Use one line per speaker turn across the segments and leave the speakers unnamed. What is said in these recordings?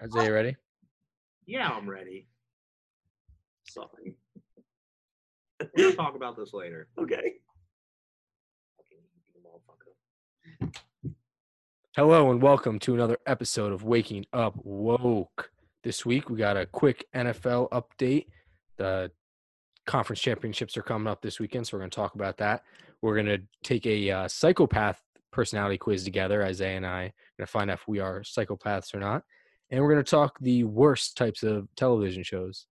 Isaiah, you ready?
Yeah, I'm ready. Something. We'll talk about this later.
Okay.
Fucking you motherfucker.
Hello and welcome to another episode of Waking Up Woke. This week we got a quick NFL update. The conference championships are coming up this weekend, so we're going to talk about that. We're going to take a uh, psychopath personality quiz together, Isaiah and I. going to find out if we are psychopaths or not. And we're going to talk the worst types of television shows.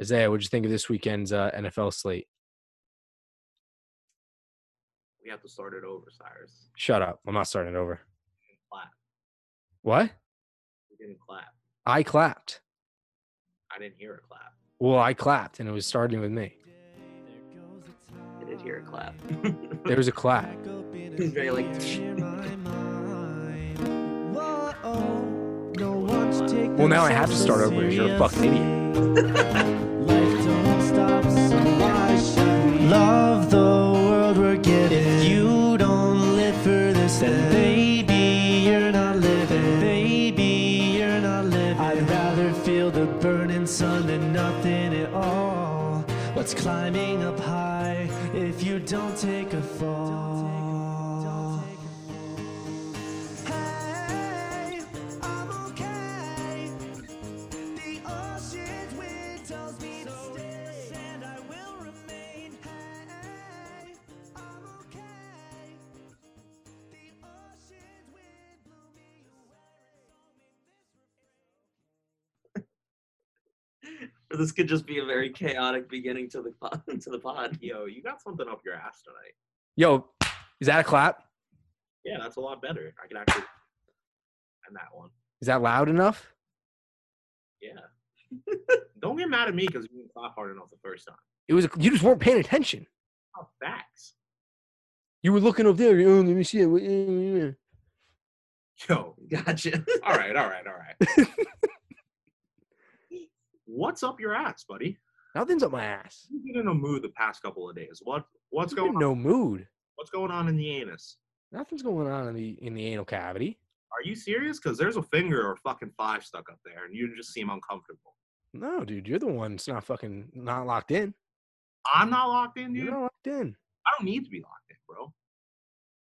Isaiah, what'd you think of this weekend's uh, NFL slate?
We have to start it over, Cyrus.
Shut up. I'm not starting it over.
Clap.
What?
We didn't clap.
I clapped.
I didn't hear a clap.
Well, I clapped, and it was starting with me.
I did hear a clap.
There was a clap.
It was very like.
Well, now I have to start over because you're a fucking idiot.
Life don't stop, so why should we love the world we're getting? If you don't live for this, then baby, you're not living. Baby, you're not living. I'd rather feel the burning sun than nothing at all. What's climbing up high if you don't take a fall? Hey, I'm okay. The ocean's wind tells me to stay, and I will remain. Hey, I'm okay. The ocean's wind blew me away.
Or this could just be a very chaotic beginning to the pod, to the pod.
Yo, you got something up your ass tonight.
Yo, is that a clap?
Yeah, that's a lot better. I can actually. And that one.
Is that loud enough?
Yeah. Don't get mad at me because you didn't clap hard enough the first time.
It was. A, you just weren't paying attention.
Oh, facts.
You were looking over there. Oh, let me see it.
Yo,
Gotcha.
all right, all right, all right. What's up your ass, buddy?
Nothing's up my ass.
You've been in a mood the past couple of days. What what's
It's been
going on?
no mood.
What's going on in the anus?
Nothing's going on in the in the anal cavity.
Are you serious? Because there's a finger or fucking five stuck up there, and you just seem uncomfortable.
No, dude, you're the one that's not fucking not locked in.
I'm not locked in, dude.
You're not locked in.
I don't need to be locked in, bro.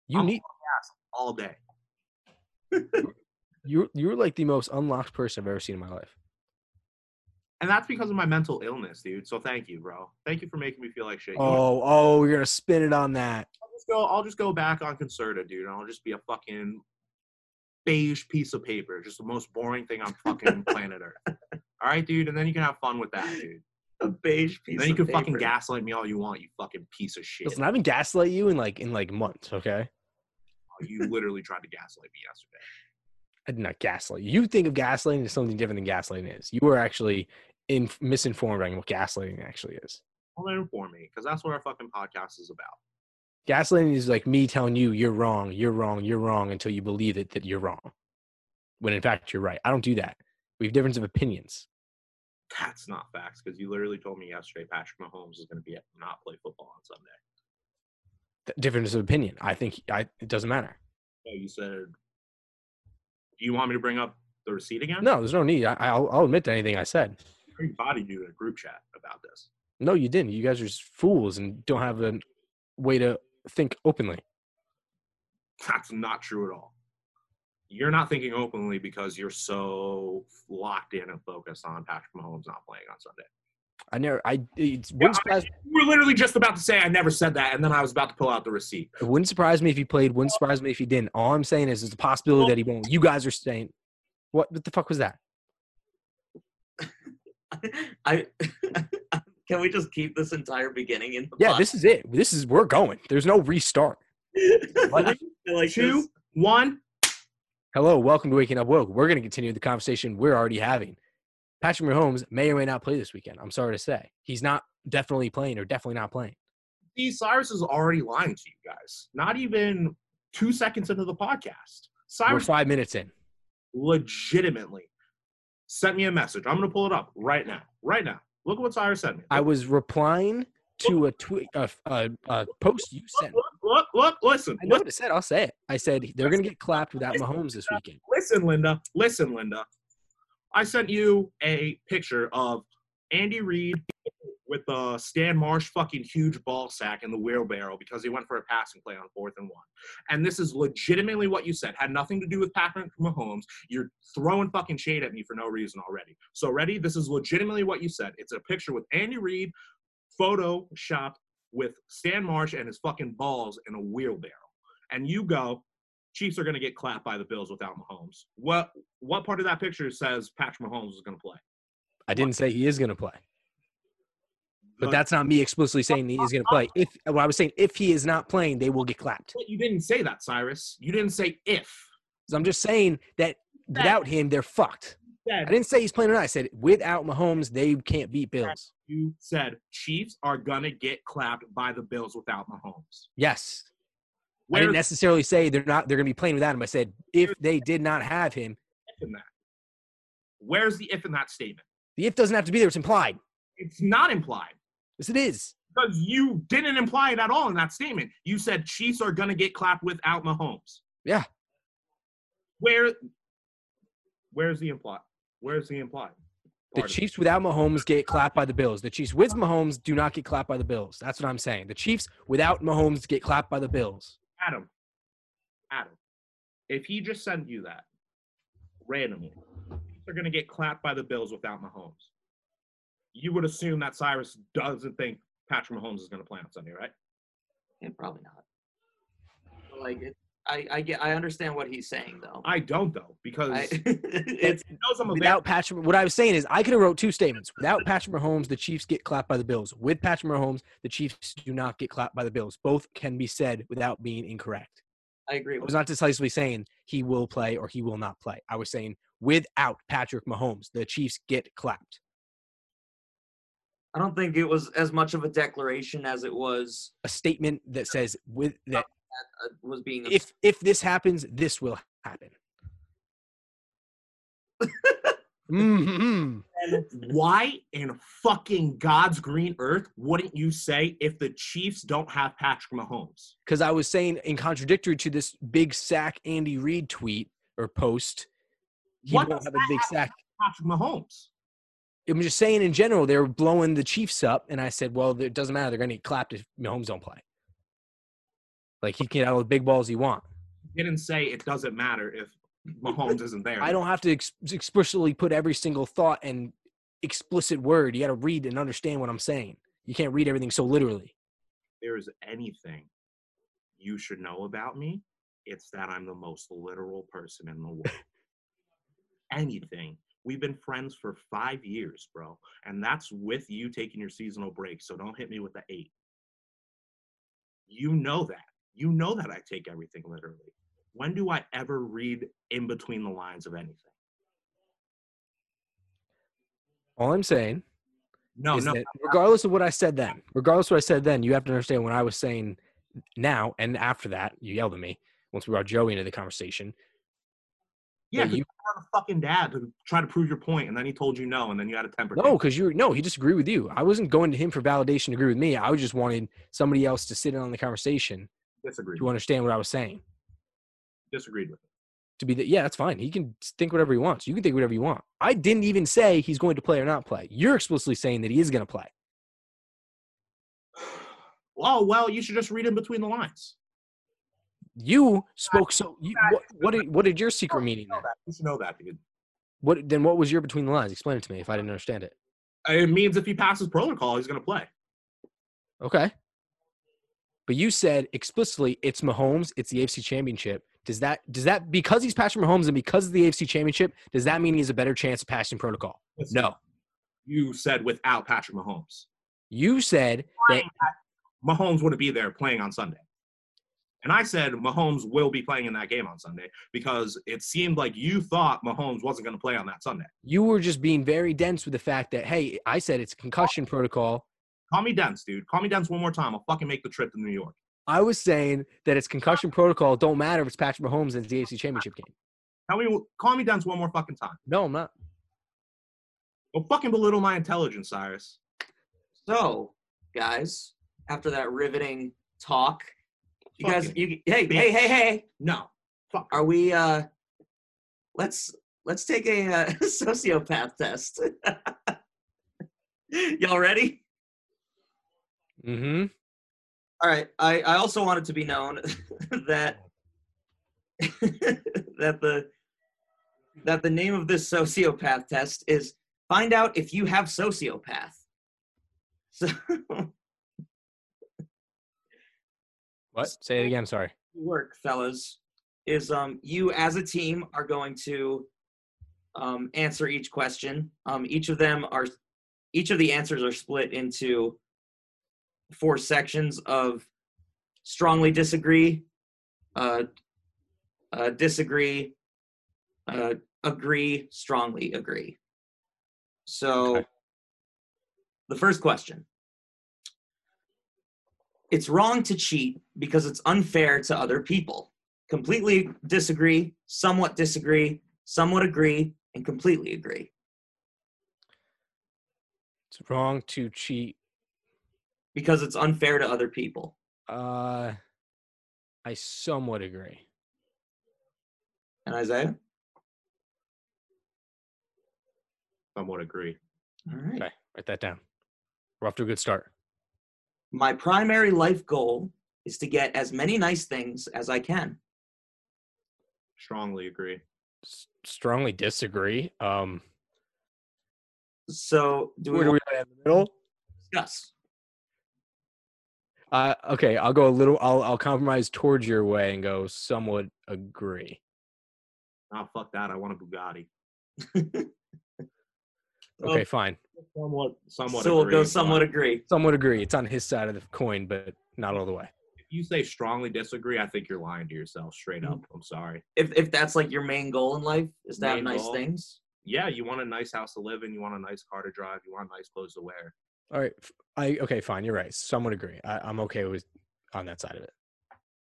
You
I'm
need
All day.
you're you're like the most unlocked person I've ever seen in my life.
And that's because of my mental illness, dude. So thank you, bro. Thank you for making me feel like shit. You know
Oh,
what?
oh, you're gonna spin it on that.
I'll just go I'll just go back on Concerta, dude, and I'll just be a fucking beige piece of paper. Just the most boring thing on fucking planet Earth. All right, dude, and then you can have fun with that, dude.
a beige piece.
then you
of
can fucking
paper.
gaslight me all you want, you fucking piece of shit.
Listen, I haven't gaslight you in like in like months. Okay,
you literally tried to gaslight me yesterday.
I did not gaslight Uh, you. You think of gaslighting as something different than gaslighting is. You are actually in, misinformed on what gaslighting actually is.
Well, then inform me, because that's what our fucking podcast is about.
Gaslighting is like me telling you you're wrong, you're wrong, you're wrong until you believe it that you're wrong. When in fact you're right. I don't do that. We have difference of opinions.
That's not facts, because you literally told me yesterday Patrick Mahomes is going to be not play football on Sunday.
Th- Difference of opinion. I think I, it doesn't matter.
So you said, "Do you want me to bring up the receipt again?"
No, there's no need. I, I'll, I'll admit to anything I said.
I bodied you in a group chat about this.
No, you didn't. You guys are just fools and don't have a way to think openly.
That's not true at all. You're not thinking openly because you're so locked in and focused on Patrick Mahomes not playing on Sunday.
I never. I it
Yeah,
wouldn't,
I-
surprise,
You were literally just about to say I never said that, and then I was about to pull out the receipt.
it wouldn't surprise me if he played. Wouldn't surprise me if he didn't. All I'm saying is, there's a possibility that he won't. You guys are saying, what? What the fuck was that?
I can we just keep this entire beginning in the
Yeah,
pod?
this is it. This is we're going. There's no restart.
I feel like
Two,
this-
one.
Hello, welcome to Waking Up Woke. We're going to continue the conversation we're already having. Patrick Mahomes may or may not play this weekend. I'm sorry to say. He's not definitely playing or definitely not playing.
See, Cyrus is already lying to you guys. Not even two seconds into the podcast,
We're
Cyrus
five minutes in.
legitimately sent me a message. I'm gonna pull it up right now. Right now. Look what Cyrus sent me.
I was replying to a tweet, a, a, a post you
look,
sent.
look, look, look, listen.
I know what it said. I'll say it. I said they're going to get clapped without Mahomes this weekend.
Listen, Linda. Listen, Linda. I sent you a picture of Andy Reid with the Stan Marsh fucking huge ball sack in the wheelbarrow because he went for a passing play on fourth and one. And this is legitimately what you said. Had nothing to do with Patrick Mahomes. You're throwing fucking shade at me for no reason already. So ready? This is legitimately what you said. It's a picture with Andy Reid, Photoshop with Stan Marsh and his fucking balls in a wheelbarrow. And you go, Chiefs are going to get clapped by the Bills without Mahomes. What what part of that picture says Patrick Mahomes is going to play?
I didn't say he is going to play, but
Uh,
that's not me explicitly saying he is going to play. If well, I was saying if he is not playing, they will get clapped.
but you didn't say that, Cyrus. You didn't say if.
'Cause I'm just saying that without him, they're fucked. I
Said,
didn't say he's playing or not. I said without Mahomes, they can't beat Bills.
you said Chiefs are gonna get clapped by the Bills without Mahomes.
Yes, I
Where's
didn't necessarily say they're not. They're going to be playing without him. I said if they did not have him,
the if in that? Where's the if in that statement?
the if doesn't have to be there. It's implied.
It's not implied
Yes, it is.
because you didn't imply it at all in that statement. You said Chiefs are gonna get clapped without Mahomes.
Yeah.
Where? Where's the imply? Where's the implied?
The
part of it?
Chiefs without Mahomes get clapped by the Bills. The Chiefs with Mahomes do not get clapped by the Bills. That's what I'm saying. The Chiefs without Mahomes get clapped by the Bills.
Adam, Adam, if he just sent you that randomly, they're going to get clapped by the Bills without Mahomes. You would assume that Cyrus doesn't think Patrick Mahomes is going to play on Sunday, right?
Yeah, probably not. But, like it, I, I get, I understand what he's saying though.
I don't, though, because
I-
he
it's
knows I'm a
Without Patrick, what I was saying is I could have wrote two statements. Without Patrick Mahomes, the Chiefs get clapped by the Bills. With Patrick Mahomes, the Chiefs do not get clapped by the Bills. Both can be said without being incorrect.
I agree.
I
With
was not decisively saying he will play or he will not play. I was saying without Patrick Mahomes, the Chiefs get clapped.
I don't think it was as much of a declaration as it was
A statement that says with that
uh, was being.
if if this happens, this will happen. mm
Why in fucking God's green earth wouldn't you say if the Chiefs don't have Patrick Mahomes?
Because I was saying, in contradictory to this big sack Andy Reid tweet or post, he
What
won't
does
have a big sack.
Patrick Mahomes.
I'm just saying, in general, they were blowing the Chiefs up, and I said, well, it doesn't matter. They're going to get clapped if Mahomes don't play. Like he can get out all the big balls he want.
Didn't say it doesn't matter if Mahomes isn't there.
I don't have to ex- explicitly put every single thought and explicit word. You got to read and understand what I'm saying. You can't read everything so literally.
there is anything you should know about me, it's that I'm the most literal person in the world. anything. We've been friends for five years, bro. And that's with you taking your seasonal break. So don't hit me with the eight. You know that. You know that I take everything literally. When do I ever read in between the lines of anything?
All I'm saying
No,
is
no.
that regardless of what I said then, regardless of what I said then, you have to understand when I was saying now and after that, you yelled at me once we brought Joey into the conversation.
yeah,
that
'cause
you,
you were a fucking dad to try to prove your point, and then he told you no, and then you had a temper.
no,
tantrum.
because you were no, he disagreed with you. I wasn't going to him for validation to agree with me. I was just wanted somebody else to sit in on the conversation
disagreed.
to understand what I was saying.
Disagreed with.
to be that yeah that's fine he can think whatever he wants you can think whatever you want i didn't even say he's going to play or not play you're explicitly saying that he is going to play
Oh well, you should just read in between the lines.
you spoke so you, what, what, did, what did your secret meaning then?
You should know that, dude.
what then what was your between the lines explain it to me if i didn't understand it
It means if he passes protocol, he's gonna play.
okay but you said explicitly it's mahomes it's the afc championship does that does that because he's passing mahomes and because of the afc championship does that mean he has a better chance of passing protocol no
you said without Patrick Mahomes,
you said that
Mahomes wouldn't be there playing on Sunday. And I said Mahomes will be playing in that game on Sunday because it seemed like you thought Mahomes wasn't gonna play on that Sunday.
you were just being very dense with the fact that hey i said it's concussion protocol
Call me dense, dude. Call me dense one more time. I'll fucking make the trip to New York.
I was saying that it's concussion protocol. Don't matter if it's Patrick Mahomes and it's the AFC Championship game.
Tell me, call me dense one more fucking time.
No, I'm not.
Don't fucking belittle my intelligence, Cyrus.
so, guys, after that riveting talk, you guys, e
Fucking
you hey hey hey hey,
No, fuck.
are we? uh Let's Let's take a uh, sociopath test. Y'all ready?
Mm-hmm.
All right. I, I also want it to be known that that the that the name of this sociopath test is find out if you have sociopath. So
What? Say it again. Sorry.
work, fellas, is um you as a team are going to um answer each question. Um each of them are each of the answers are split into four sections of strongly disagree, uh, uh disagree, uh agree, strongly agree. So
Okay.
the first question it's wrong to cheat because it's unfair to other people. Completely disagree, somewhat disagree, somewhat agree, and completely agree.
It's wrong to cheat.
Because it's unfair to other people.
Uh, I somewhat agree.
And Isaiah?
Somewhat agree.
All right.
Okay, write that down. We're off to a good start.
My primary life goal is to get as many nice things as I can.
Strongly agree.
S- strongly disagree. Um,
So, do we,
where do we land in the middle?
discuss?
Uh, okay, I'll go a little. I'll I'll compromise towards your way and go somewhat agree.
Oh, fuck that. I want a Bugatti.
Okay,
Oh,
fine.
Somewhat, somewhat
so we'll
agree,
go
but
somewhat agree.
Somewhat agree. It's on his side of the coin, but not all the way.
If you say strongly disagree, I think you're lying to yourself straight up.
Mm-hmm.
I'm sorry.
If, if that's like your main goal in life, is to have
Main
nice
goal.
things.
Yeah, you want a nice house to live in. You want a nice car to drive. You want nice clothes to wear.
All right. f- I okay, fine. You're right. Somewhat agree. I, I'm okay with on that side of it.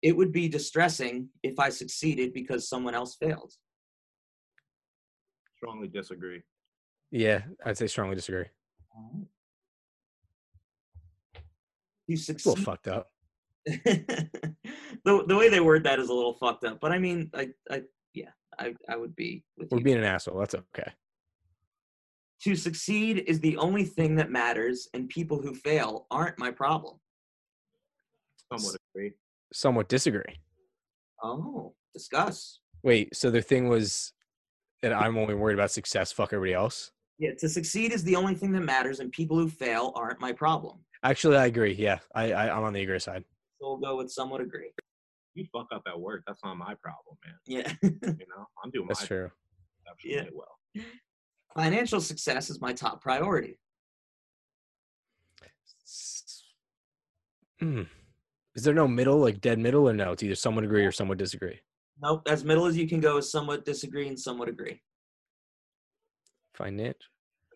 It would be distressing if I succeeded because someone else failed.
Strongly disagree.
Yeah, I'd say strongly disagree.
Alright. You
It's a
succeed.
little fucked up.
the the way they word that is a little fucked up, but I mean, I, I yeah, I, I would be with
We're
you.
being an asshole. That's okay.
to succeed is the only thing that matters, and people who fail aren't my problem.
Somewhat agree.
Somewhat disagree.
Oh, discuss.
Wait. So the thing was that I'm only worried about success. Fuck everybody else.
Yeah, to succeed is the only thing that matters, and people who fail aren't my problem.
Actually, I agree. Yeah, I, I I'm on the agree side.
So we'll go with somewhat agree.
You fuck up at work. That's not my problem, man.
Yeah.
You know, I'm doing my
That's true.
exceptionally
Yeah.
well.
Financial success is my top priority.
S- Hmm. Is there no middle, like dead middle, or no? It's either somewhat agree or somewhat disagree.
Nope, as middle as you can go is somewhat disagree and somewhat agree.
Finance.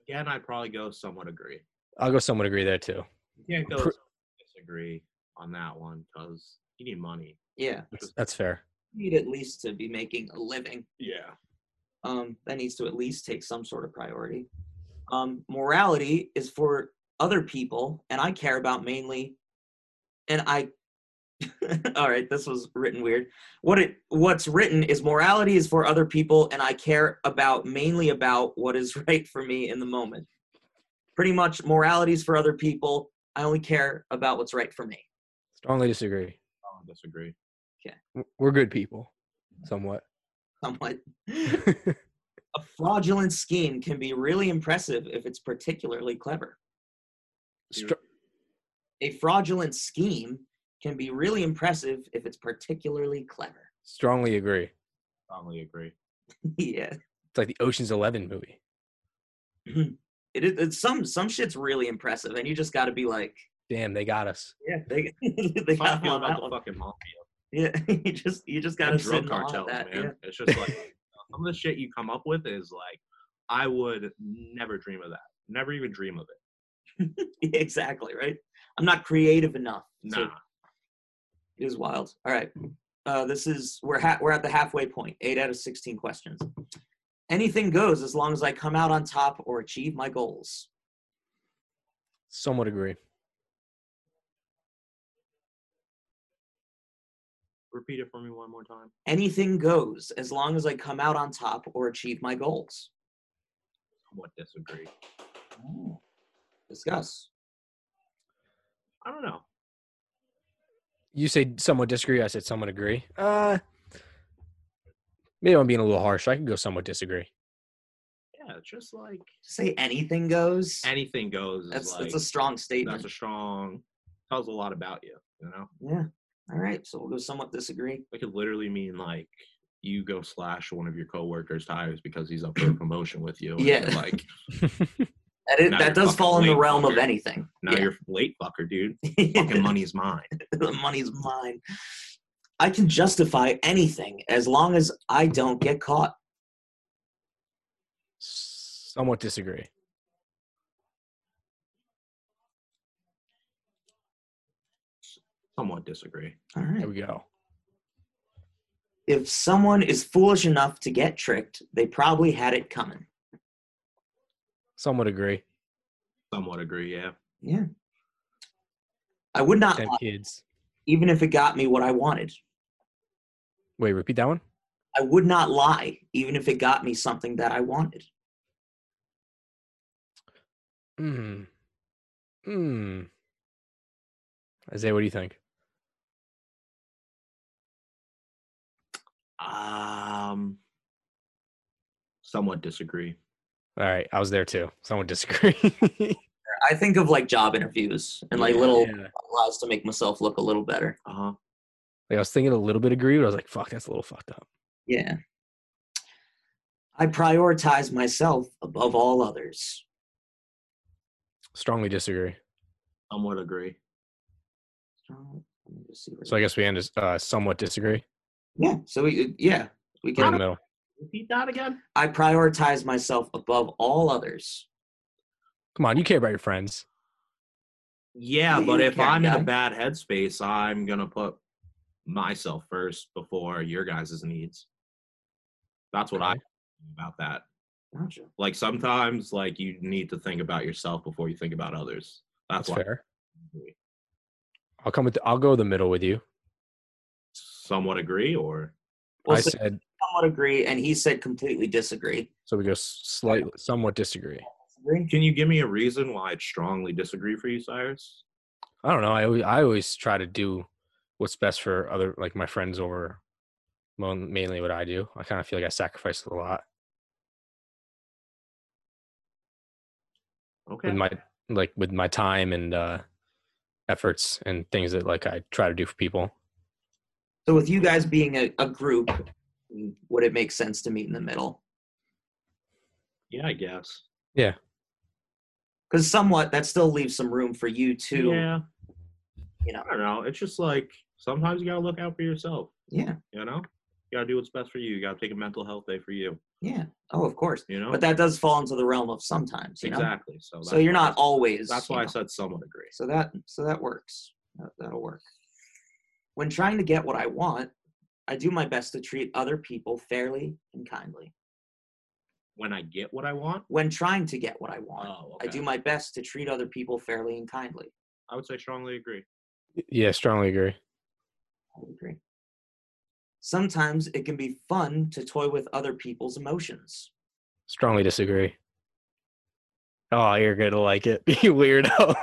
Again, I'd probably go somewhat agree.
I'll go somewhat agree there too.
You can't go
Pr-
disagree on that one because you need money.
Yeah.
That's, that's fair.
need at least to be making a living.
Yeah.
Um, that needs to at least take some sort of priority. Um, morality is for other people, and I care about mainly. And I, all right, this was written weird. What it what's written is morality is for other people, and I care about mainly about what is right for me in the moment. Pretty much, morality is for other people. I only care about what's right for me.
Strongly disagree.
I'll disagree.
W- We're good people, somewhat.
Somewhat. A fraudulent scheme can be really impressive if it's particularly clever.
Str-
A fraudulent scheme can be really impressive if it's particularly clever.
strongly agree. It's
Strongly agree.
yeah.
like the Ocean's Eleven movie.
It is it's some some shit's really impressive and you just got to be like,
Damn, they got us.
yeah, they they
It's all
got me on
about
that
the
one.
fucking mafia
Yeah, you just you just got
and
to
drug
sit in awe of
cartels,
that.
man. It's just like some of the shit you come up with is like, I would never dream of that. Never even dream of it.
Yeah. exactly, right? I'm not creative enough.
Nah.
So It is wild. All right. Uh, this is we're ha- we're at the halfway point. Eight out of sixteen questions. Anything goes as long as I come out on top or achieve my goals.
Somewhat agree.
Repeat it for me one more time.
Anything goes as long as I come out on top or achieve my goals.
Somewhat disagree.
Discuss.
I don't know.
You say somewhat disagree. I said somewhat agree. Uh, maybe I'm being a little harsh. I could go somewhat disagree.
Yeah, just like
Say anything goes.
anything goes. is
That's
like,
that's a strong statement.
That's a strong. Tells a lot about you. You know,
yeah. All right. So we'll go somewhat disagree.
it could literally mean like you go slash one of your coworkers' tires because he's up for a promotion with you. and
Yeah.
you're Like
That, is,
Now
that
you're
does
fucking
fall in the
late,
realm of
fucker.
anything.
now
Yeah.
you're late, fucker, dude. Fucking money's mine.
the money's mine. I can justify anything as long as I don't get caught.
Somewhat disagree.
Somewhat disagree.
All
There
right.
we go.
If someone is foolish enough to get tricked, they probably had it coming.
Somewhat agree.
Somewhat agree. Yeah.
Yeah. I would not,
Ten
lie,
kids.
even if it got me what I wanted.
Wait, repeat that one.
I would not lie, even if it got me something that I wanted.
Hmm. Hmm. Isaiah, what do you think?
Um. Somewhat disagree.
All right, I was there too. Somewhat disagree.
I think of like job interviews and like little
Yeah.
lies to make myself look a little better.
Uh huh.
Like I was thinking a little bit agree, but I was like, "Fuck, that's a little fucked up."
Yeah. I prioritize myself above all others.
Strongly disagree.
Somewhat agree.
So, let me just see where-
So I guess we end as uh, somewhat disagree.
Yeah. So we yeah we
In the
can.
middle.
Repeat that again.
I prioritize myself above all others.
Come on, you care about your friends.
Yeah,
Yeah,
but
you
if
can,
I'm in
guy.
a bad headspace, I'm gonna put myself first before your guys' needs. That's what I
Okay.
think about that.
Gotcha.
Like sometimes, like you need to think about yourself before you think about others. That's,
That's
why
fair.
I agree.
I'll come with. I'll go the middle with you.
somewhat agree, or
Well,
I
so
said
somewhat agree, and he said completely disagree.
so. We go slightly, somewhat disagree.
Disagree?
can you give me a reason why I'd strongly disagree for you, Cyrus?
I don't know. I always, I always try to do what's best for other like my friends over mon- mainly what I do. I kind of feel like I sacrifice a lot
Okay,
with my like with my time and uh efforts and things that like I try to do for people.
So with you guys being a, a group, would it make sense to meet in the middle?
yeah, I guess.
Because somewhat that still leaves some room for you to.
yeah,
you know.
I don't know. It's just like sometimes you gotta look out for yourself.
yeah,
You know, you gotta do what's best for you. You gotta take a mental health day for you.
yeah. Oh, of course.
You know,
But that does fall into the realm of sometimes, you know.
exactly. So
So
that's
you're
why I
not
said-
always.
That's
you
why I
know.
said somewhat agree.
So that so that works. That, that'll work. When trying to get what I want, I do my best to treat other people fairly and kindly.
When I get what I want,
When trying to get what I want,
oh,
I do my best to treat other people fairly and kindly.
I would say strongly agree.
Yeah, strongly agree.
I would agree. Sometimes it can be fun to toy with other people's emotions.
Strongly disagree. Oh, you're gonna like it, you weirdo.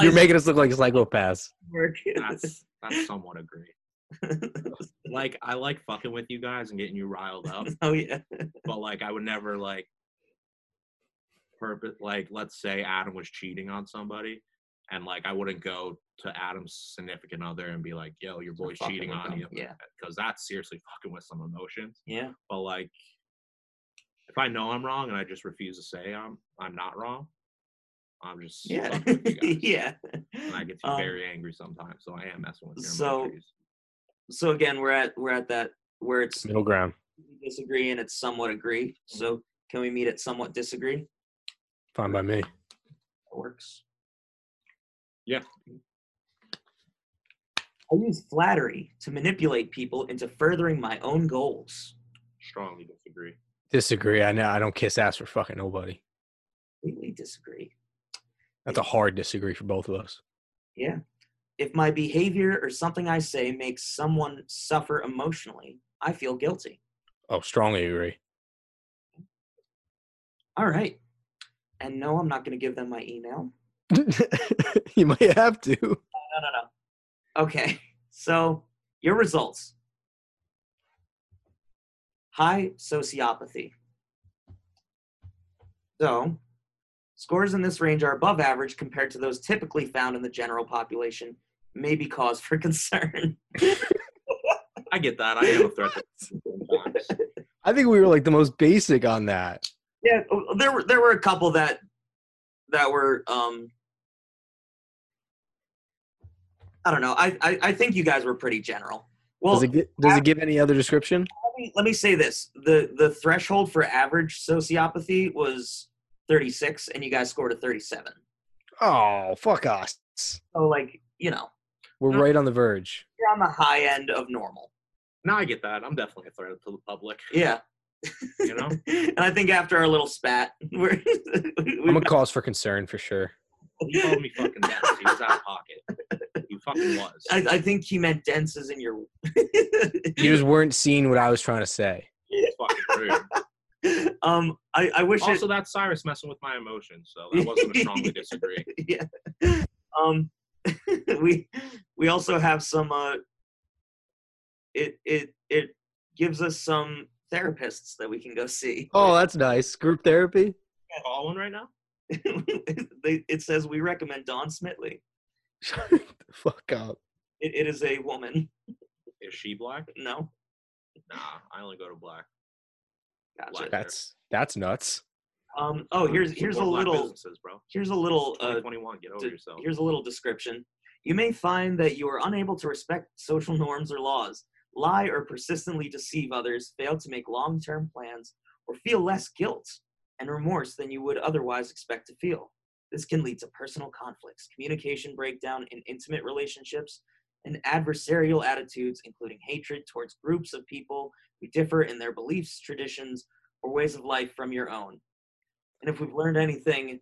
you're making us look like psychopaths.
work.
That's that's somewhat agree. Like I like fucking with you guys and getting you riled up,
oh yeah.
but like I would never like purpose. Like let's say Adam was cheating on somebody, and like I wouldn't go to Adam's significant other and be like, "Yo, your boy's
Fucking
cheating
with
on
them.
you,"
Yeah.
because that's seriously fucking with some emotions.
Yeah.
but like if I know I'm wrong and I just refuse to say I'm I'm not wrong, I'm just
Yeah.
fucking with you guys.
yeah.
And I get
Um,
very angry sometimes, so I am messing with your
so-
emotions.
so again we're at we're at that where it's
Middle ground.
we disagree and it's somewhat agree so can we meet at somewhat disagree that
Fine by me.
works
Yeah.
i use flattery to manipulate people into furthering my own goals
Strongly disagree.
Disagree. I know I don't kiss ass for fucking nobody.
completely disagree
That's a hard disagree for both of us.
yeah If my behavior or something I say makes someone suffer emotionally, I feel guilty.
Oh, strongly agree.
All right. And no, I'm not going to give them my email.
you might have to.
No, no, no. Okay. So, your results high sociopathy. So, scores in this range are above average compared to those typically found in the general population, may be cause for concern.
I get that. I am a threat. to- sometimes.
I think we were like the most basic on that.
yeah, oh, there were there were a couple that that were um I don't know. I I, I think you guys were pretty general. Well,
Does it gi- does it give any other description?
let me, let me say this: the the threshold for average sociopathy was 36, and you guys scored a 37.
Oh, fuck us.
So, like, you know,
We're right on the verge.
you're on the high end of normal.
Now I get that. I'm definitely a threat to the public.
Yeah,
You know,
and I think after our little spat, we're
I'm a cause for concern for sure.
he called me fucking dense. He was out of pocket. He fucking was.
I, I think he meant dense is in your.
You just weren't seeing what I was trying to say.
It's fucking rude.
um, I, I wish
Also, that's Cyrus messing with my emotions, so that wasn't a strongly disagree.
it. Yeah. Um, we we also have some. Uh, it it it gives us some therapists that we can go see.
Oh, that's nice. Group therapy?
Call one right now.
they, it says we recommend Dawn Smitley.
Shut the fuck up.
It, it is a woman.
Is she black?
No.
Nah, I only go to black.
Gotcha.
Black.
That's that's nuts.
Um, oh, here's here's a
Support black
little
businesses, bro.
here's a little uh,
2021, get over
d-
yourself.
here's a little description. You may find that you are unable to respect social norms or laws, lie or persistently deceive others, fail to make long-term plans, or feel less guilt and remorse than you would otherwise expect to feel. This can lead to personal conflicts, communication breakdown in intimate relationships, and adversarial attitudes, including hatred towards groups of people who differ in their beliefs, traditions, or ways of life from your own. And if we've learned anything,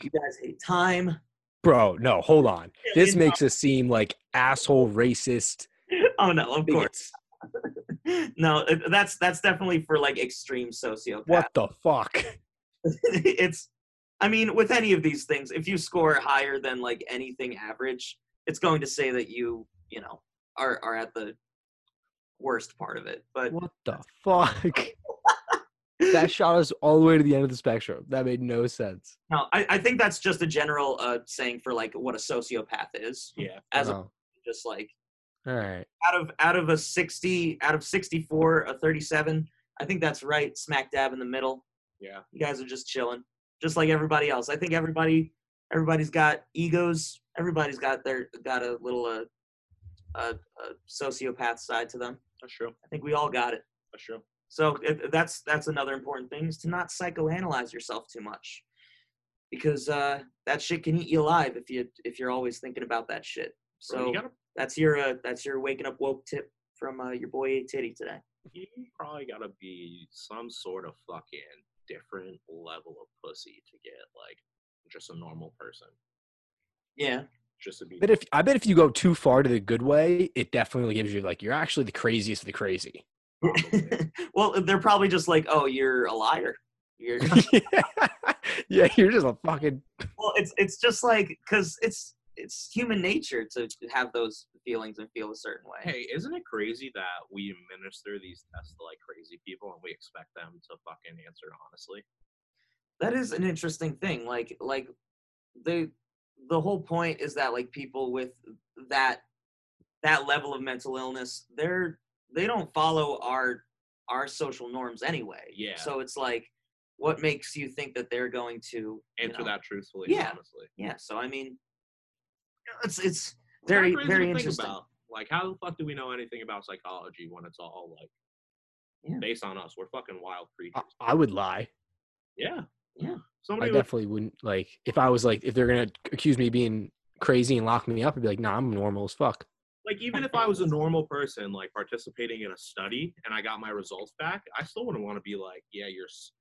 you guys hate time.
Bro, no, hold on. This makes us seem like asshole racist
oh no, of course.
bigots.
No, it- that's that's definitely for like extreme sociopath.
What the fuck?
it's I mean, with any of these things, if you score higher than like anything average, it's going to say that you, you know, are are at the worst part of it. But
What the fuck? That shot us all the way to the end of the spectrum. That made no sense.
no, I, I think that's just a general uh saying for like what a sociopath is.
yeah,
As
Oh,
just like
all right.
out of out of a 60 out of 64 a 37 i think that's right smack dab in the middle
yeah.
you guys are just chilling just like everybody else i think everybody everybody's got egos everybody's got their got a little uh, uh, uh sociopath side to them
That's true.
i think we all got it
That's true.
so it, that's that's another important thing is to not psychoanalyze yourself too much because uh that shit can eat you alive if you if you're always thinking about that shit so
So you gotta,
that's your uh, that's your waking up woke tip from uh, your boy A Titty today.
you probably gotta be some sort of fucking different level of pussy to get like just a normal person.
Yeah.
Just to be.
But if I bet if you go too far to the good way, it definitely gives you like you're actually the craziest of the crazy.
well, they're probably just like, oh, you're a liar. You're
yeah, you're just a fucking
well, it's it's just like because it's it's human nature to have those feelings and feel a certain way.
Hey, isn't it crazy that we administer these tests to like crazy people and we expect them to fucking answer honestly?
That is an interesting thing. Like like the the whole point is that like people with that that level of mental illness, they're they don't follow our our social norms anyway.
Yeah.
So it's like, what makes you think that they're going to you
Answer
know-
that truthfully,
Yeah.
honestly.
Yeah. So I mean, it's it's
Kinda
very
crazy to
very
think
interesting.
about. Like, how the fuck do we know anything about psychology when it's all like
Yeah. Uh,
based on us? We're fucking wild
I,
creatures.
I would lie.
yeah.
Yeah.
I
Somebody would
definitely wouldn't like if I was like if they're gonna accuse me of being crazy and lock me up, I'd be like, nah, I'm normal as fuck.
like even if I was a normal person, like participating in a study, and I got my results back, I still wouldn't want to be like, yeah, you're s-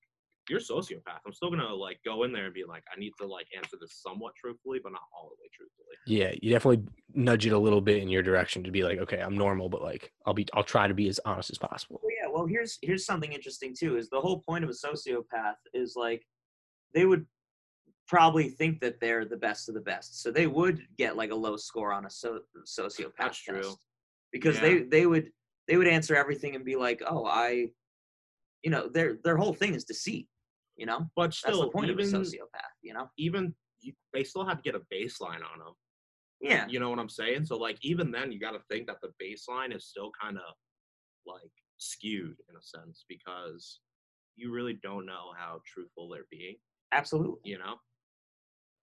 you're a sociopath. I'm still gonna like go in there and be like, I need to like answer this somewhat truthfully, but not all the way truthfully.
Yeah, you definitely nudge it a little bit in your direction to be like, okay, I'm normal, but like I'll be I'll try to be as honest as possible.
Well, Oh, yeah. Well, here's here's something interesting too. Is the whole point of a sociopath is like they would probably think that they're the best of the best, so they would get like a low score on a so- sociopath.
That's true.
test. Because
Yeah.
they they would they would answer everything and be like, oh, I, you know, their their whole thing is deceit. You know,
But
that's
still,
the point of a
even
sociopath. You know.
even you, they still have to get a baseline on them.
Yeah.
You know what I'm saying? So like even then, you got to think that the baseline is still kind of like skewed in a sense because you really don't know how truthful they're being.
Absolutely.
You know,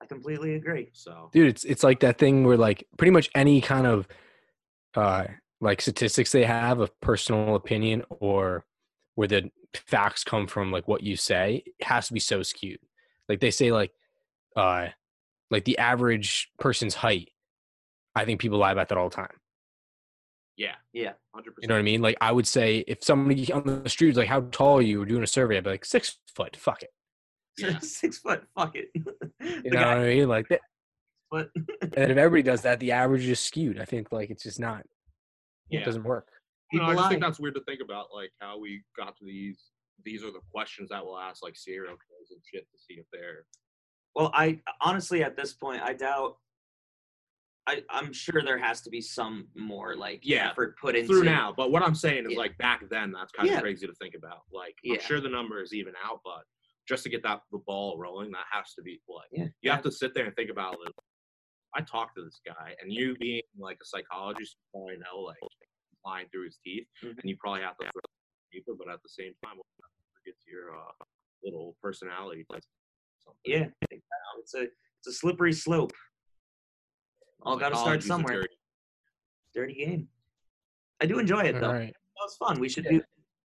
I completely agree.
so
Dude, it's it's like that thing where like pretty much any kind of uh like statistics they have of personal opinion or where the facts come from like what you say it has to be so skewed. Like they say like uh like the average person's height. I think people lie about that all the time.
yeah,
Yeah.
hundred percent.
You know what I mean? Like I would say if somebody on the street was like, "How tall are you?" We're doing a survey. I'd be like, six foot. Fuck it.
Yeah.
Six foot. Fuck it. the
You know
guy
what I mean? Like that.
But-
and if everybody does that, the average is skewed. I think like it's just not.
Yeah.
It doesn't work.
No, I
People
just think
lie.
that's weird to think about, like how we got to these. These are the questions that we'll ask, like serial killers and shit, to see if they're.
Well, I honestly at this point I doubt. I I'm sure there has to be some more like
Yeah,
effort put into
through now. But what I'm saying is
Yeah.
like back then, that's kind
Yeah.
of crazy to think about. Like
Yeah.
I'm sure the number is even out, but just to get that the ball rolling, that has to be like
Yeah.
you have to sit there and think about it. I talked to this guy, and you being like a psychologist, you probably know like lying through his teeth,
Mhm.
and you probably have to throw it deeper, but at the same time, it gets your uh, little personality. test or something.
Yeah, exactly. it's a it's a slippery slope. All got to start
Psychology's a
somewhere.
dirty-
Dirty game. I do enjoy it though.
All
That
right.
was fun. We should
Yeah.
do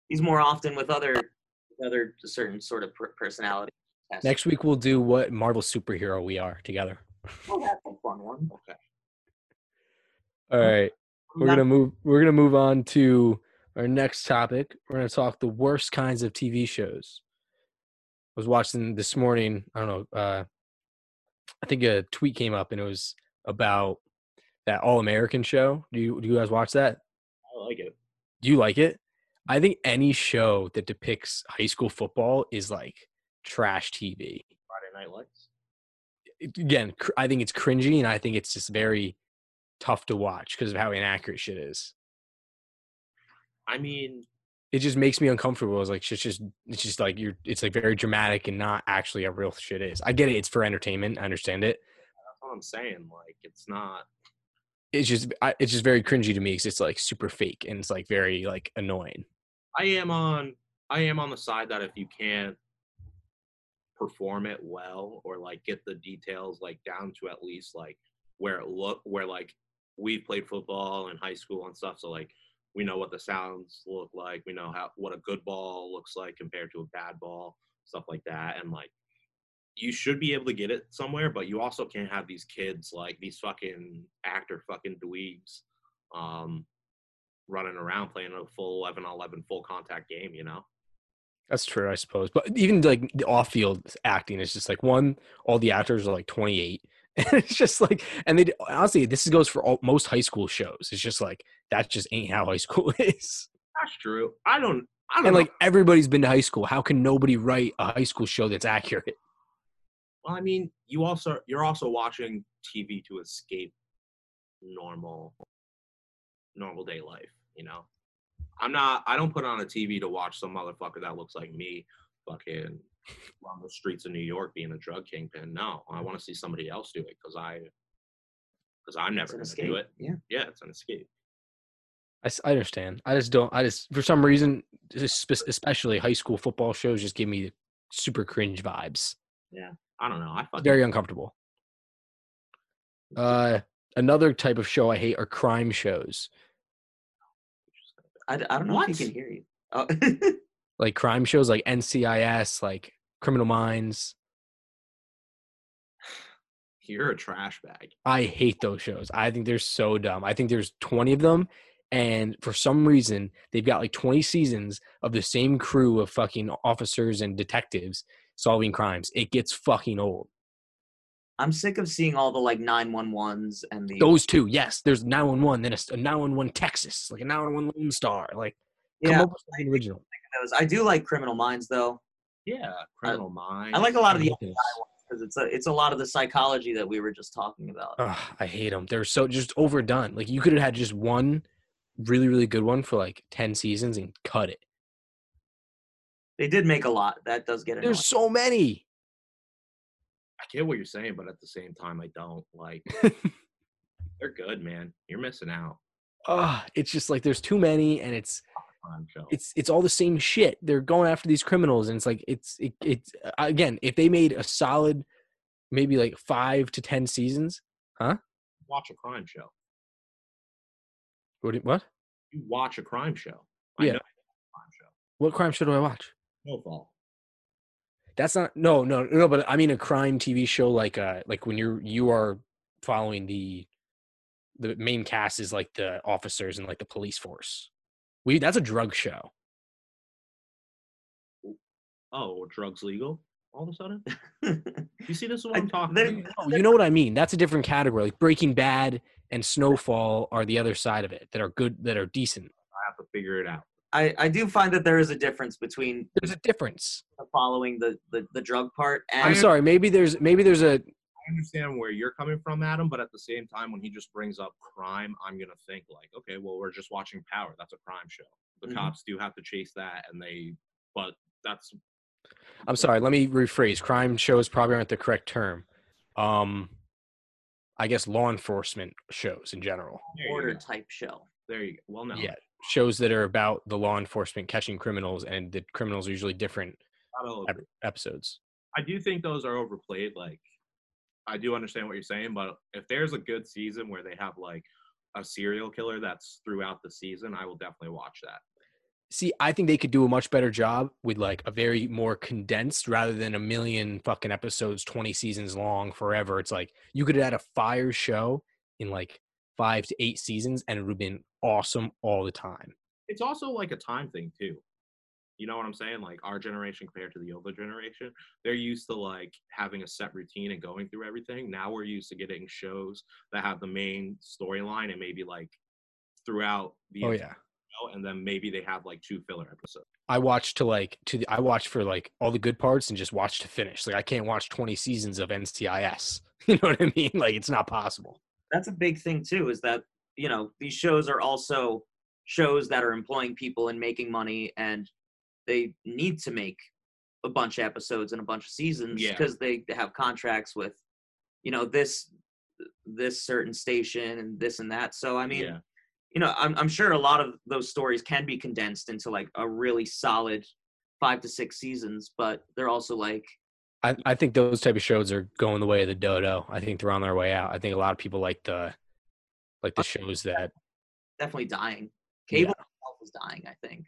these more often with other with other certain sort of per- personality. tests.
Next week we'll do what Marvel superhero we are together.
oh, that's a fun one.
Okay.
All right. We're
Not-
gonna move. We're gonna move on to our next topic. We're gonna talk the worst kinds of TV shows. I was watching this morning. I don't know. Uh, I think a tweet came up and it was about that All American show. Do you do you guys watch that?
I like it.
Do you like it? I think any show that depicts high school football is like trash TV.
Friday Night Lights.
It- Again, cr- I think it's cringy and I think it's just very tough to watch because of how inaccurate shit is.
I mean,
it just makes me uncomfortable. It's like shit's just it's just like you're it's like very dramatic and not actually how real shit is. I get it, it's for entertainment, I understand it.
that's what I'm saying. Like, it's not.
It's just I, it's just very cringy to me because it's like super fake and it's like very like annoying.
I am on I am on the side that if you can't perform it well or like get the details like down to at least like where it look where like we played football in high school and stuff so like we know what the sounds look like we know how what a good ball looks like compared to a bad ball stuff like that and like you should be able to get it somewhere but you also can't have these kids like these fucking actor fucking dweebs um running around playing a full 11 on 11 full contact game, you know?
That's true, I suppose. But even like the off field acting is just like one, all the actors are like 28. And it's just like, and they d- honestly, this goes for all, most high school shows. It's just like, that just ain't how high school is.
That's true. I don't, I don't
And
know.
like everybody's been to high school. How can nobody write a high school show that's accurate?
well, I mean, you also, you're also watching TV to escape normal, normal day life, you know? I'm not, I don't put on a TV to watch some motherfucker that looks like me fucking on the streets of New York being a drug kingpin. No, I want to see somebody else do it because I, because I'm
it's
never
an
going to
escape.
do it.
Yeah.
Yeah, it's an escape.
I, s- I understand. I just don't. I just for some reason, just spe- especially high school football shows, just give me super cringe vibes.
I don't know. I fucking,
Very uncomfortable. Uh, another type of show I hate are crime shows.
I, I don't know
What?
if he can hear you. Oh.
Like crime shows, like NCIS, like Criminal Minds.
you're a trash bag.
I hate those shows. I think they're so dumb. I think there's 20 of them, And for some reason, they've got like 20 seasons of the same crew of fucking officers and detectives solving crimes. It gets fucking old.
I'm sick of seeing all the like 911s and the
Those two, yes. There's 911, then a s- a 911 Texas, like a 911 Lone Star. Like, come
yeah,
up with something original.
those. I do like Criminal Minds though.
Yeah, Criminal Minds.
I like a lot of the
Ridiculous. Mm-hmm.
because it's a, it's a lot of the psychology that we were just talking about.
Ugh, I hate them. They're so just overdone. Like you could have had just one really really good one for like 10 seasons and cut it.
They did make a lot. That does get annoying.
There's so many.
I get what you're saying, but at the same time, I don't like. they're good, man. You're missing out
Ugh, it's just like there's too many and it's
on show.
it's it's all the same shit. They're going after these criminals and it's like it's it, it's again, if they made a solid maybe like 5 to 10 seasons,
watch a crime show.
what do- what?
You watch a crime show.
Yeah.
I know a crime show.
What crime show do I watch?
No fault.
That's not no no no. But I mean a crime TV show like uh like when you're you are following the the main cast is like the officers and like the police force. We that's a drug show.
Oh, drugs legal all of a sudden? You see, this is what I'm
I-
talking
they-
about.
No, you know what I mean. That's a different category. Like Breaking Bad and Snowfall are the other side of it that are good that are decent.
I have to figure it out.
I, I do find that there is a difference between
There's a difference.
following the, the, the drug part and
I'm sorry. Maybe there's maybe there's a
I understand where you're coming from, Adam, but at the same time, when he just brings up crime, I'm gonna think like, okay, well, we're just watching Power. That's a crime show. The
Mhm.
cops do have to chase that, and they, but that's
I'm sorry. Let me rephrase. Crime shows probably aren't the correct term. Um, I guess law enforcement shows in general.
there you
order
go.
type show.
There you go. Well, no,
Yeah, shows that are about the law enforcement catching criminals, and the criminals are usually different
not all of
ep- episodes.
I do think those are overplayed. Like, I do understand what you're saying, but if there's a good season where they have like a serial killer that's throughout the season, I will definitely watch that.
See, I think they could do a much better job with like a very more condensed rather than a million fucking episodes, 20 seasons long forever. It's like you could have had a fire show in like five to eight seasons, and it would have been awesome all the time.
It's also like a time thing too. You know what I'm saying? Like our generation compared to the older generation, they're used to like having a set routine and going through everything. Now we're used to getting shows that have the main storyline and maybe like throughout the
Oh,
entire
yeah.
show, and then maybe they have like two filler episodes.
I watch to like to the I watch for like all the good parts and just watch to finish. Like I can't watch 20 seasons of NCIS. You know what I mean? Like it's not possible.
That's a big thing too, is that, you know, these shows are also shows that are employing people and making money and they need to make a bunch of episodes and a bunch of seasons
Yeah.
because they have contracts with, you know, this this certain station and this and that. So I mean
yeah.
you know, I'm, I'm sure a lot of those stories can be condensed into like a really solid five to six seasons, but they're also like,
I, I think those type of shows are going the way of the dodo. I think they're on their way out. I think a lot of people like the like the shows that
definitely dying.
Yeah.
Cable itself is dying, I think.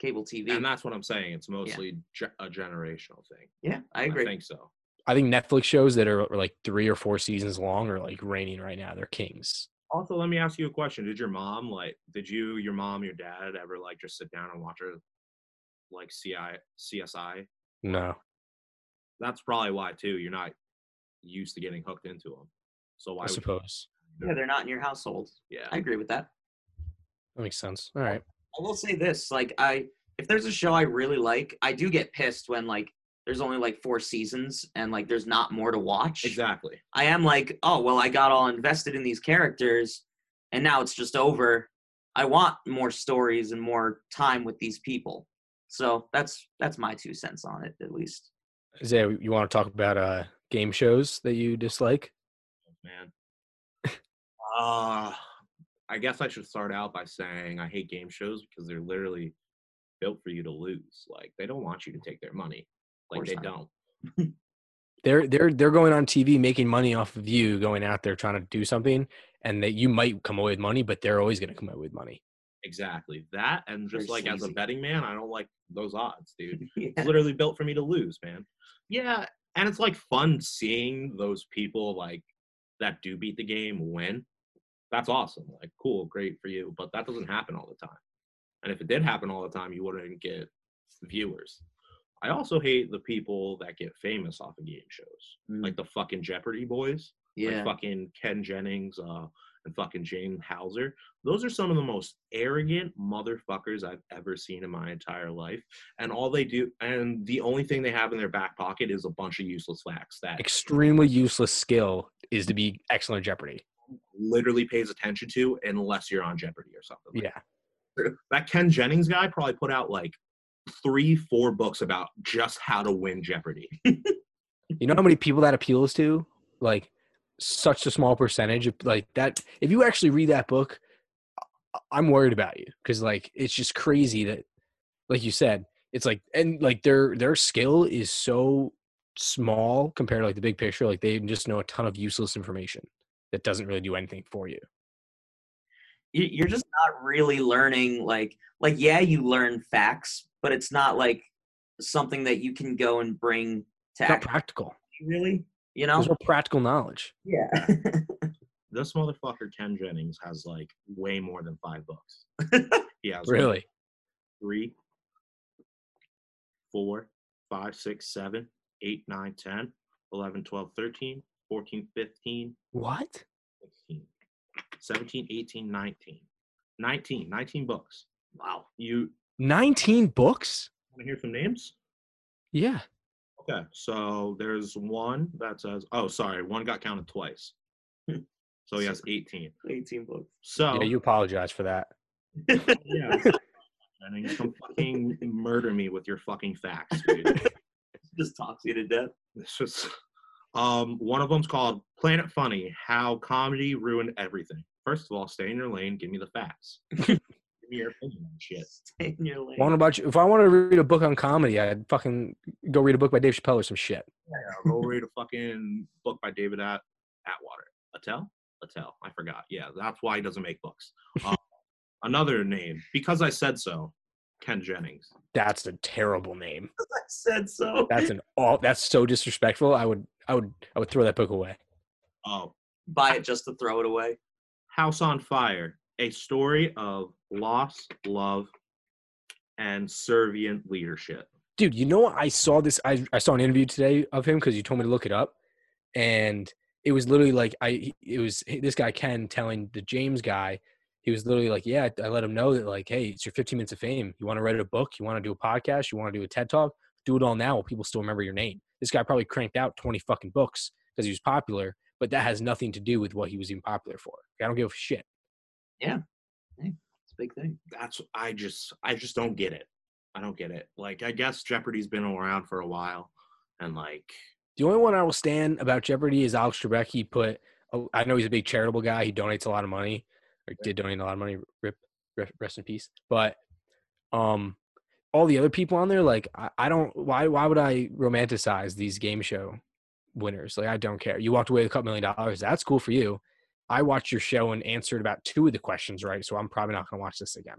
Cable TV.
And that's what I'm saying. It's mostly ge- a generational thing.
yeah, I
And
agree.
think so.
I think Netflix shows that are, are like three or four seasons long are like reigning right now. They're kings.
Also, let me ask you a question. Did your mom, like, did you, your mom, your dad ever, like, just sit down and watch a, like, CI, CSI?
No.
That's probably why, too. You're not used to getting hooked into them. So
I
why would
suppose.
yeah, they're not in your household.
yeah.
I agree with that.
That makes sense. All right.
I will say this, like I if there's a show I really like, I do get pissed when like there's only like four seasons and like there's not more to watch.
Exactly.
I am like, oh well, I got all invested in these characters, and now it's just over. I want more stories and more time with these people. So that's that's my two cents on it, at least.
Isaiah, you want to talk about uh game shows that you dislike?
Man. uh, I guess I should start out by saying I hate game shows because they're literally built for you to lose. Like, they don't want you to take their money. Like,
course
they
not.
don't.
They're they're they're going on TV making money off of you going out there trying to do something and that you might come away with money, but they're always gonna come away with money.
Exactly. That and just
Very
like as a
sleazy.
betting man, I don't like those odds, dude. It's
Yeah.
literally built for me to lose, man. Yeah, and it's like fun seeing those people like that do beat the game win. that's awesome. Like, cool, great for you. But that doesn't happen all the time. And if it did happen all the time, you wouldn't get viewers. I also hate the people that get famous off of game shows,
Mm.
like the fucking Jeopardy boys,
yeah.
like fucking Ken Jennings uh, and fucking Jane Hauser. Those are some of the most arrogant motherfuckers I've ever seen in my entire life. And all they do, and the only thing they have in their back pocket is a bunch of useless facts that
Extremely useless skill is to be excellent at Jeopardy.
literally pays attention to unless you're on Jeopardy or something. like
Yeah.
that Ken Jennings guy probably put out like three, four books about just how to win Jeopardy.
You know how many people that appeals to? Like such a small percentage of like that. If you actually read that book, I- I'm worried about you because like it's just crazy that, like you said, it's like and like their their skill is so small compared to like the big picture. Like they just know a ton of useless information that doesn't really do anything for you.
you- you're just not really learning like like yeah you learn facts but it's not like something that you can go and bring to
It's not
act
practical.
really you know
There's no practical knowledge.
yeah
This motherfucker Ken Jennings has like way more than five books. he has like,
Really,
three, four, five, six, seven, eight, nine, 10, 11, 12, 13, 14, 15,
what?
16, 17, 18, 19. 19, 19 books.
wow
You
Nineteen books?
want to hear some names?
Yeah.
Okay, so there's one that says, oh, sorry, one got counted twice. So he has 18.
18 books
So,
Yeah. You apologize for that.
yeah. Jennings, come fucking murder me with your fucking facts, dude.
just talks you to death
This is, um, one of them's called Planet Funny How Comedy Ruined Everything. First of all, stay in your lane, give me the facts. give me your opinion on shit.
Stay in your lane.
What about you? If I wanted to read a book on comedy, I'd fucking go read a book by Dave Chappelle or some shit.
Yeah, go read a fucking book by David At- Atwater. Attell? Attell. I forgot. Yeah, that's why he doesn't make books. Uh, another name, because I said so, Ken Jennings.
That's a terrible name.
I said so
That's an all. That's so disrespectful. I would, I would, I would throw that book away.
Oh,
buy it just to throw it away
House on Fire, a story of loss, love, and servient leadership.
dude you know what i saw this i, I saw an interview today of him because you told me to look it up and it was literally like i it was this guy ken telling the james guy he was literally like yeah i let him know that like hey it's your 15 minutes of fame you want to write a book you want to do a podcast you want to do a ted talk do it all now while people still remember your name this guy probably cranked out 20 fucking books because he was popular but that has nothing to do with what he was even popular for i don't give a shit
it's a big thing
That's I just I just don't get it. I don't get it. Like I guess Jeopardy's been around for a while, and like
The only one I will stand about Jeopardy is Alex Trebek. He put, oh, I know he's a big charitable guy. He donates a lot of money, or did donate a lot of money. Rip, rest, rest in peace. But, um, all the other people on there, like I, I don't. Why? Why would I romanticize these game show winners? Like I don't care. You walked away with a couple million dollars. That's cool for you. I watched your show and answered about two of the questions right, so I'm probably not going to watch this again.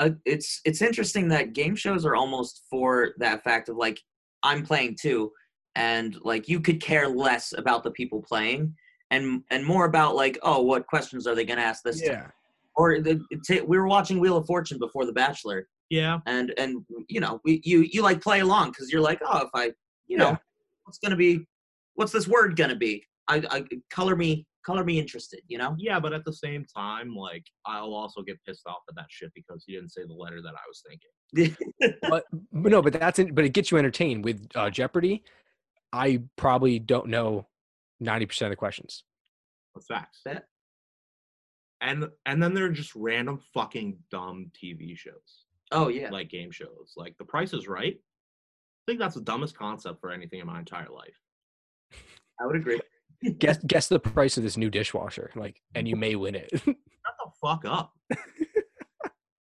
uh, it's it's interesting that game shows are almost for that fact of like I'm playing too, and like you could care less about the people playing and and more about like oh what questions are they gonna ask this time? or the, t- we were watching Wheel of Fortune before The Bachelor
yeah,
and and you know we, you you like play along because you're like oh if I you know
Yeah.
what's gonna be what's this word gonna be I, I color me color me interested you know
yeah, but at the same time, like I'll also get pissed off at that shit because he didn't say the letter that I was thinking.
but, but no, but that's in, but it gets you entertained with uh, Jeopardy. I probably don't know ninety percent of the questions.
That's facts.
Yeah.
And and then there are just random fucking dumb TV shows.
oh yeah
like game shows. Like The Price is Right. I think that's the dumbest concept for anything in my entire life.
I would agree
Guess guess the price of this new dishwasher, like, and you may win it.
Shut the fuck up.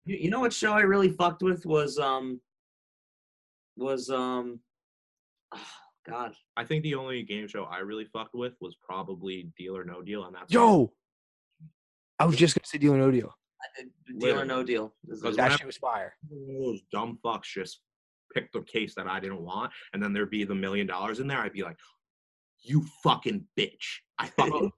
You, you know what show I really fucked with was um was um oh, God
I think the only game show I really fucked with was probably Deal or No Deal, and that's
Yo, I was just gonna say Deal and Odeo.
Deal or No Deal. This is-
Because
That shit was fire.
all those dumb fucks just picked the case that I didn't want, and then there'd be the million dollars in there. I'd be like, "You fucking bitch! I fucking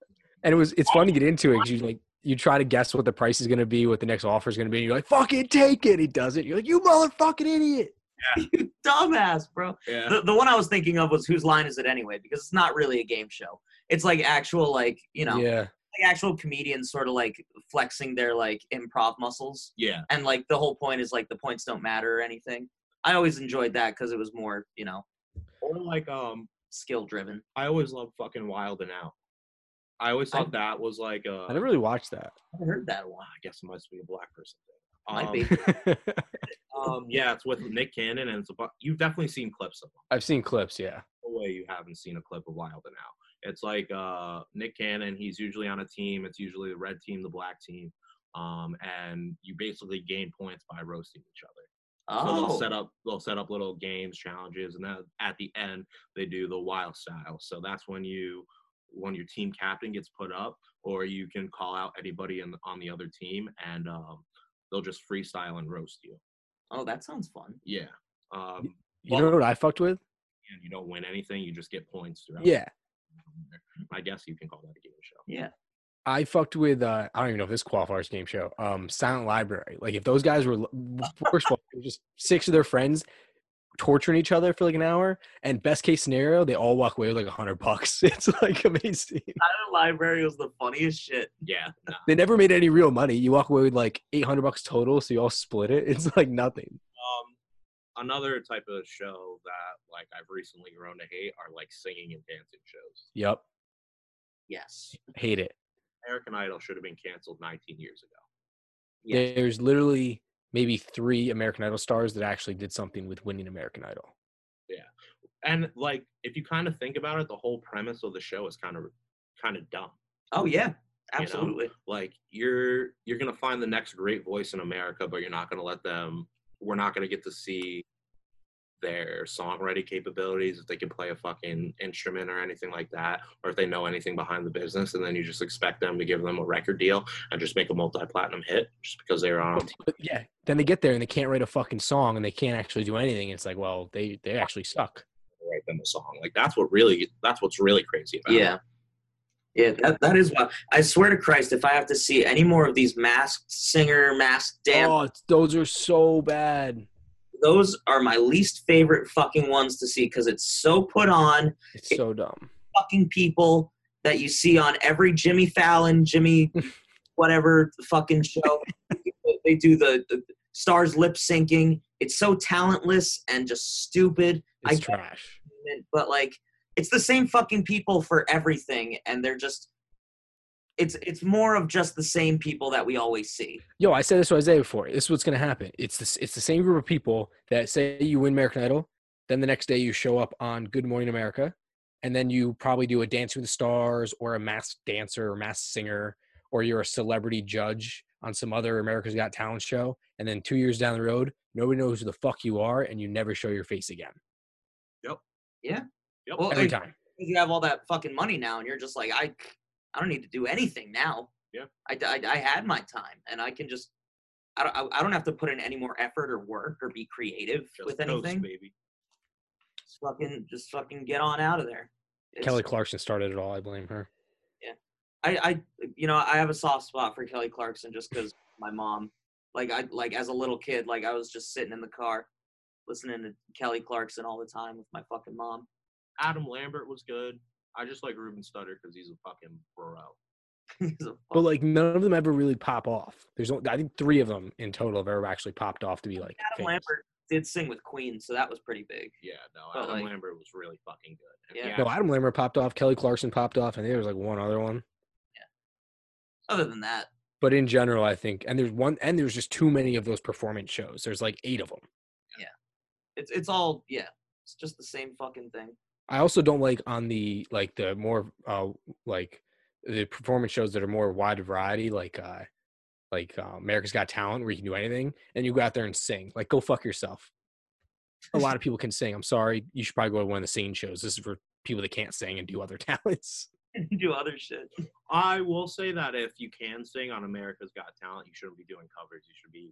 And it was it's fun to get into it because you like you try to guess what the price is going to be, what the next offer is going to be. And you're like, fucking take it. He does it. You're like, you motherfucking idiot.
You dumbass, bro.
Yeah.
The, the one I was thinking of was whose line is it anyway? Because it's not really a game show. It's like actual, like you know,
Yeah.
like actual comedians sort of like flexing their like improv muscles,
Yeah.
and like the whole point is like the points don't matter or anything. I always enjoyed that because it was more, you know,
Or like um
skill driven.
I always loved fucking Wild and Out. I always
I-
thought that was like uh
I never really watched that.
I heard that one.
I guess it must be a black person thing.
Might
Um,
be.
Um, yeah, it's with Nick Cannon and it's a bu- you've definitely seen clips of them.
I've seen clips. Yeah.
no way you haven't seen a clip of Wild and Out. It's like uh, Nick Cannon. He's usually on a team. It's usually the red team, the black team, um, and you basically gain points by roasting each other. So they'll set
Oh,
up they'll set up little games, challenges, and then at the end they do the wild style. So that's when you when your team captain gets put up, or you can call out anybody in, on the other team, and um, they'll just freestyle and roast you.
oh, that sounds fun.
Yeah. Um,
You know what I fucked with?
and you don't win anything; you just get points throughout.
Yeah.
I guess you can call that a game show.
I fucked with uh, I don't even know if this qualifies game show. Um, Silent Library. Like if those guys were first of all, it was just six of their friends torturing each other for like an hour, and best case scenario, they all walk away with like a hundred bucks. It's like amazing.
Silent Library was the funniest shit.
Yeah, nah.
They never made any real money. You walk away with like eight hundred bucks total, so you all split it. It's like nothing.
Um, another type of show that like I've recently grown to hate are like singing and dancing shows.
Yep,
Yes.
hate it.
American Idol should have been canceled 19 years ago.
Yes.
There's literally maybe three American Idol stars that actually did something with winning American Idol.
And like, if you kind of think about it, the whole premise of the show is kind of kind of dumb.
Oh yeah, absolutely.
Like you're you're gonna find the next great voice in America, but you're not gonna let them. We're not gonna get to see their songwriting capabilities if they can play a fucking instrument or anything like that, or if they know anything behind the business. And then you just expect them to give them a record deal and just make a multi-platinum hit just because they were on. TV.
But yeah, then they get there and they can't write a fucking song and they can't actually do anything. It's like, well, they they actually suck.
Write them a song. Like that's what really that's what's really crazy about. it.
Yeah. Yeah, that, that is why I swear to Christ, if I have to see any more of these masked singer, masked dance,
Oh, it's- those are so bad.
those are my least favorite fucking ones to see because it's so put on
It's so dumb.
fucking people that you see on every Jimmy Fallon, Jimmy whatever fucking show. they do the, the stars lip syncing. It's so talentless and just stupid.
It's
I-
trash.
entertainment, but like it's the same fucking people for everything and they're just it's it's more of just the same people that we always see.
Yo, I said this to Isaiah before. This is what's gonna happen. It's this. It's the same group of people that say you win American Idol, then the next day you show up on Good Morning America, and then you probably do a Dance with the Stars or a masked dancer or masked singer, or you're a celebrity judge on some other America's Got Talent show, and then two years down the road, nobody knows who the fuck you are, and you never show your face again.
Yep.
Well,
Every
and
time.
you have all that fucking money now and you're just like I I don't need to do anything now.
Yeah.
I, I, I had my time and I can just I don't, I- I don't have to put in any more effort or work or be creative
Just
with
toast,
anything.
baby.
Just fucking just fucking get on out of there. It's-
Kelly Clarkson started it all. I blame her.
I, I you know I have a soft spot for Kelly Clarkson just because my mom like I like as a little kid like I was just sitting in the car listening to Kelly Clarkson all the time with my fucking mom.
Adam Lambert was good. I just like Ruben Studdard because he's a fucking bro.
He's a
But
fuck-
like none of them ever really pop off. There's only I think three of them in total have ever actually popped off to be like.
Adam
famous.
Lambert did sing with Queen, so that was pretty big.
Yeah, no,
But,
Adam
like-
Lambert was really fucking good.
Yeah.
yeah.
No, Adam Lambert popped off. Kelly Clarkson popped off, and there was like one other one.
Other than that,
But in general, I think, and there's one, and there's just too many of those performance shows. There's like eight of them.
it's it's all yeah, it's just the same fucking thing.
I also don't like on the like the more uh like the performance shows that are more wide variety, like uh like uh, America's Got Talent, where you can do anything, and you go out there and sing. Like, go fuck yourself. A lot of people can sing. I'm sorry, you should probably go to one of the singing shows. This is for people that can't sing and do other talents.
Do other shit.
I will say that if you can sing on America's Got Talent, you shouldn't be doing covers. You should be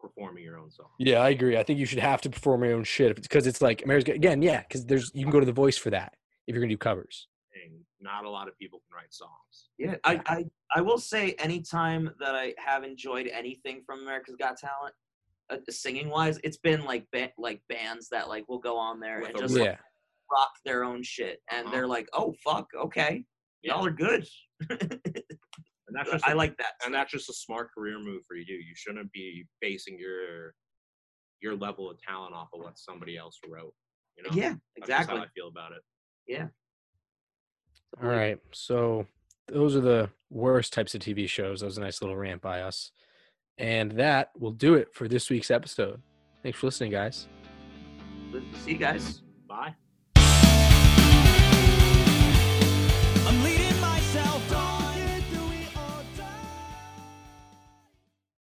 performing your own song.
Yeah, I agree. I think you should have to perform your own shit because it's like America's Got, again, yeah, because there's you can go to the Voice for that if you're gonna do covers.
And not a lot of people can write songs.
Yeah, I, I, I will say anytime that I have enjoyed anything from America's Got Talent, uh, singing wise, it's been like ba- like bands that like will go on there
With
and
a
just like,
Yeah.
rock their own shit, and
Uh-huh.
they're like, oh fuck, okay,
Yeah.
y'all are good.
And that's just
I like that.
and that's just a smart career move for you. You shouldn't be basing your your level of talent off of what somebody else wrote. You know?
Yeah,
That's just
exactly.
how I feel about it.
All right. So those are the worst types of TV shows. That was a nice little rant by us. And that will do it for this week's episode. Thanks for listening, guys.
See you guys.